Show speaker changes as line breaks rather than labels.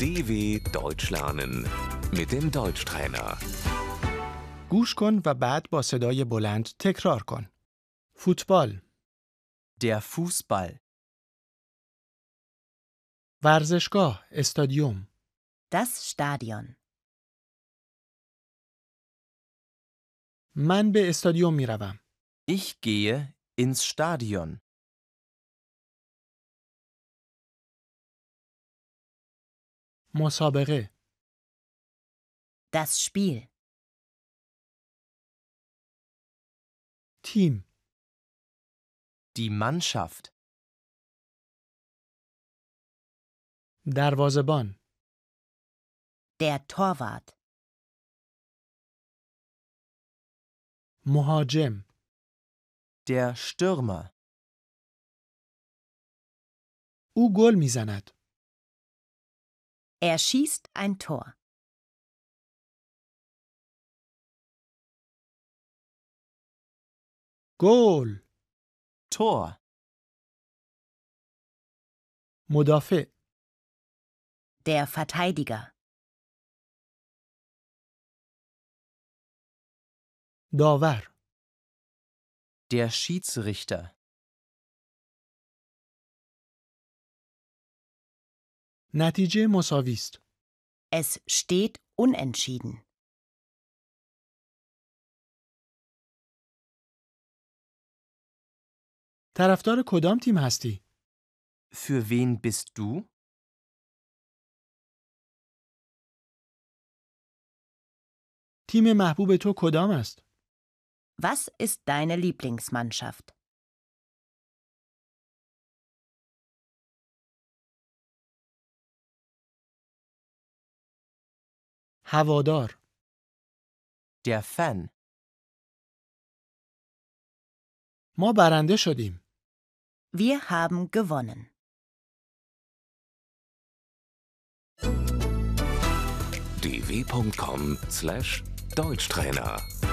DW Deutsch lernen mit dem Deutschtrainer.
گوش کن و بعد با صدای بلند تکرار کن. فوتبال،
Der Fußball,
ورزشگاه، استادیوم،
Das Stadion.
من به استادیوم می روم.
ich gehe ins Stadion.
مسابقه،
Das Spiel.
تیم،
Die Mannschaft,
دروازبان،
Der Torwart.
مهاجم،
der Stürmer,
او گل می زند.
Er schießt ein Tor.
گل،
Tor,
مدافع،
Der Verteidiger.
داور،
der Schiedsrichter,
نتیجه مساوی است.
Es steht unentschieden.
طرفدار کدام تیم هستی؟
Für wen bist du?
تیم محبوب تو کدام است؟
Was ist deine Lieblingsmannschaft?
هوادار،
Der Fan.
ما برنده شدیم.
Wir haben gewonnen.
dw.com/deutschtrainer